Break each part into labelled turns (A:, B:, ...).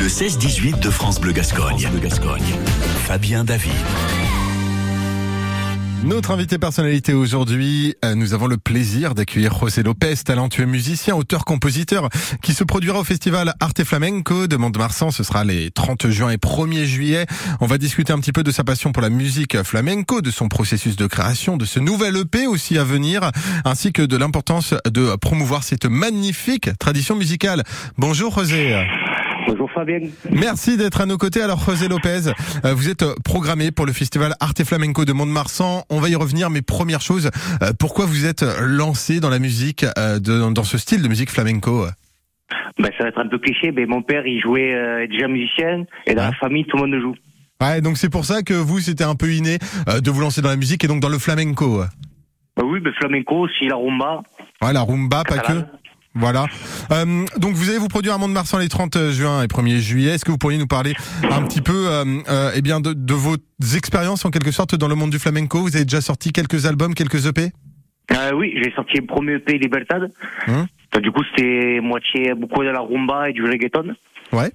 A: Le 16-18 de France Bleu Gascogne. France Bleu Gascogne. Fabien David.
B: Notre invité personnalité aujourd'hui, euh, nous avons le plaisir d'accueillir José Lopez, talentueux musicien, auteur-compositeur, qui se produira au festival Arte Flamenco de Mont-de-Marsan. Ce sera les 30 juin et 1er juillet. On va discuter un petit peu de sa passion pour la musique flamenco, de son processus de création, de ce nouvel EP aussi à venir, ainsi que de l'importance de promouvoir cette magnifique tradition musicale. Bonjour José.
C: Bonjour Fabienne.
B: Merci d'être à nos côtés. Alors José Lopez, euh, vous êtes euh, programmé pour le festival Arte Flamenco de Mont-de-Marsan. On va y revenir, mais première chose, euh, pourquoi vous êtes lancé dans la musique, euh, de, dans ce style de musique flamenco
C: Ben, ça va être un peu cliché, mais mon père, il jouait euh, déjà musicien, et dans
B: Ouais.
C: la famille, tout le monde joue.
B: Ouais, donc c'est pour ça que vous, c'était un peu inné euh, de vous lancer dans la musique et donc dans le flamenco.
C: Ben oui, ben flamenco, aussi la rumba.
B: Ouais, la rumba, pas que.
C: catalane.
B: Voilà. Euh, donc vous allez vous produire à Mont-de-Marsan les 30 juin et 1er juillet. Est-ce que vous pourriez nous parler un petit peu euh, euh, eh bien de, de vos expériences en quelque sorte dans le monde du flamenco Vous avez déjà sorti quelques albums, quelques E EP
C: Euh, oui, j'ai sorti le premier EP Libertad.
B: Hum.
C: Donc, du coup, c'était moitié beaucoup de la rumba et du reggaeton.
B: Ouais.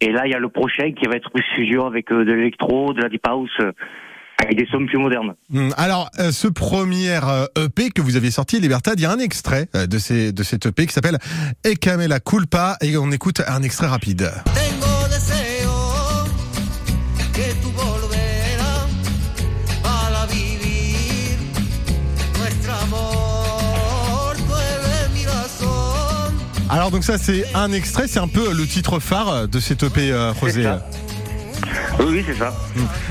C: Et là, il y a le prochain qui va être plus fusion avec euh, de l'électro, de la deep house, euh, avec des sons plus modernes.
B: Hum, Alors, euh, ce premier euh, EP que vous aviez sorti, Libertad, il y a un extrait euh, de, ces, de cet EP qui s'appelle Ecamela Culpa et on écoute un extrait rapide.
D: Tengo deseo que tú volverás para vivir nuestro amor. Tú eres mi razón.
B: Alors donc ça c'est un extrait, c'est un peu le titre phare de cet EP euh, Rosé.
C: ça. Oui, oui, c'est ça.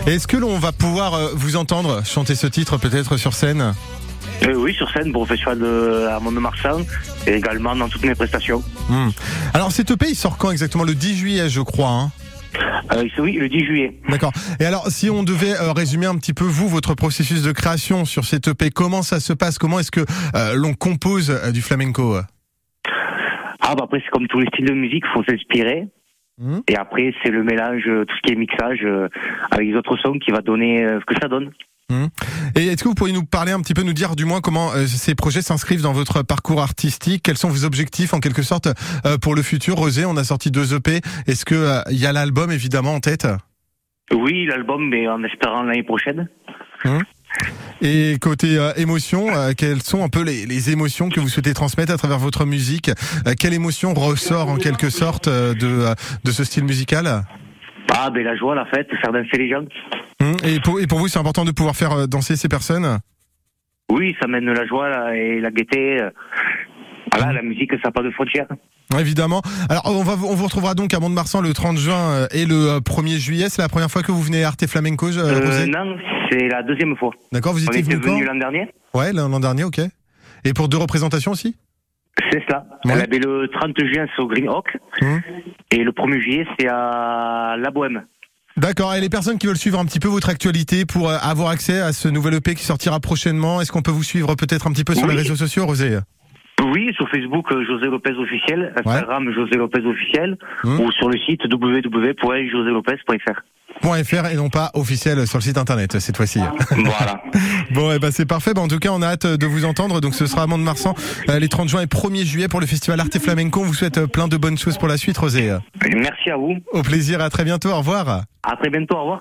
B: Est-ce que l'on va pouvoir euh, vous entendre chanter ce titre peut-être sur scène
C: Euh, oui, sur scène, pour le festival de, à Mont-de-Marsan, et également dans toutes mes prestations.
B: Hmm. Alors cet EP il sort quand exactement Le 10 juillet je crois. hein.
C: Euh, oui, le 10 juillet.
B: D'accord. Et alors si on devait euh, résumer un petit peu vous, votre processus de création sur cet EP, comment ça se passe Comment est-ce que euh, l'on compose euh, du flamenco
C: Ah bah après c'est comme tous les styles de musique, faut s'inspirer.
B: Mhm.
C: Et après c'est le mélange, euh, tout ce qui est mixage euh, avec les autres sons qui va donner euh, ce que ça donne.
B: Et est-ce que vous pourriez nous parler un petit peu, nous dire du moins comment euh, ces projets s'inscrivent dans votre parcours artistique Quels sont vos objectifs en quelque sorte euh, pour le futur Rosé, on a sorti deux EP. Est-ce que euh, il y a l'album évidemment en tête
C: Oui, l'album, mais en espérant l'année prochaine.
B: Et côté euh, émotion, euh, quelles sont un peu les, les émotions que vous souhaitez transmettre à travers votre musique Euh, Quelle émotion ressort en quelque sorte euh, de, euh, de ce style musical
C: Ah ben la joie, la fête, faire danser les gens.
B: Hum, et pour, et pour vous, c'est important de pouvoir faire euh, danser ces personnes
C: Oui, ça mène la joie la- et la gaieté. euh. Voilà, la musique, ça n'a pas de frontières.
B: Ouais, Évidemment. Alors, on, va, vous- on vous retrouvera donc à Mont-de-Marsan le 30 juin euh, et le euh, 1er juillet. C'est la première fois que vous venez à Arte Flamenco, je-
C: Euh,
B: Rosé
C: non, c'est la deuxième fois.
B: D'accord, vous
C: On
B: étiez
C: était
B: venu quand
C: venu l'an dernier.
B: Ouais, l'an l'an dernier, ok. Et pour deux représentations aussi
C: C'est cela.
B: Ouais.
C: Elle avait le 30 juin, c'est au Green Hawk.
B: Mhm.
C: Et le 1er juillet, c'est à La Bohème.
B: D'accord, et les personnes qui veulent suivre un petit peu votre actualité pour euh, avoir accès à ce nouvel EP qui sortira prochainement, est-ce qu'on peut vous suivre peut-être un petit peu sur
C: Oui.
B: les réseaux sociaux, Rosé
C: Oui, sur Facebook, euh, José Lopez officiel, Instagram, José Lopez officiel,
B: Hmm.
C: ou sur le site www.joselopez.fr.
B: .fr et non pas officiel sur le site internet cette fois-ci.
C: voilà.
B: Bon, et ben c'est parfait. Ben, en tout cas, on a hâte de vous entendre. Donc, ce sera à Mont-de-Marsan euh, les 30 juin et 1er juillet pour le festival Arte Flamenco. On vous souhaite euh, plein de bonnes choses pour la suite, Rosé.
C: Merci à vous.
B: Au plaisir, à très bientôt. Au revoir.
C: À très bientôt. Au revoir.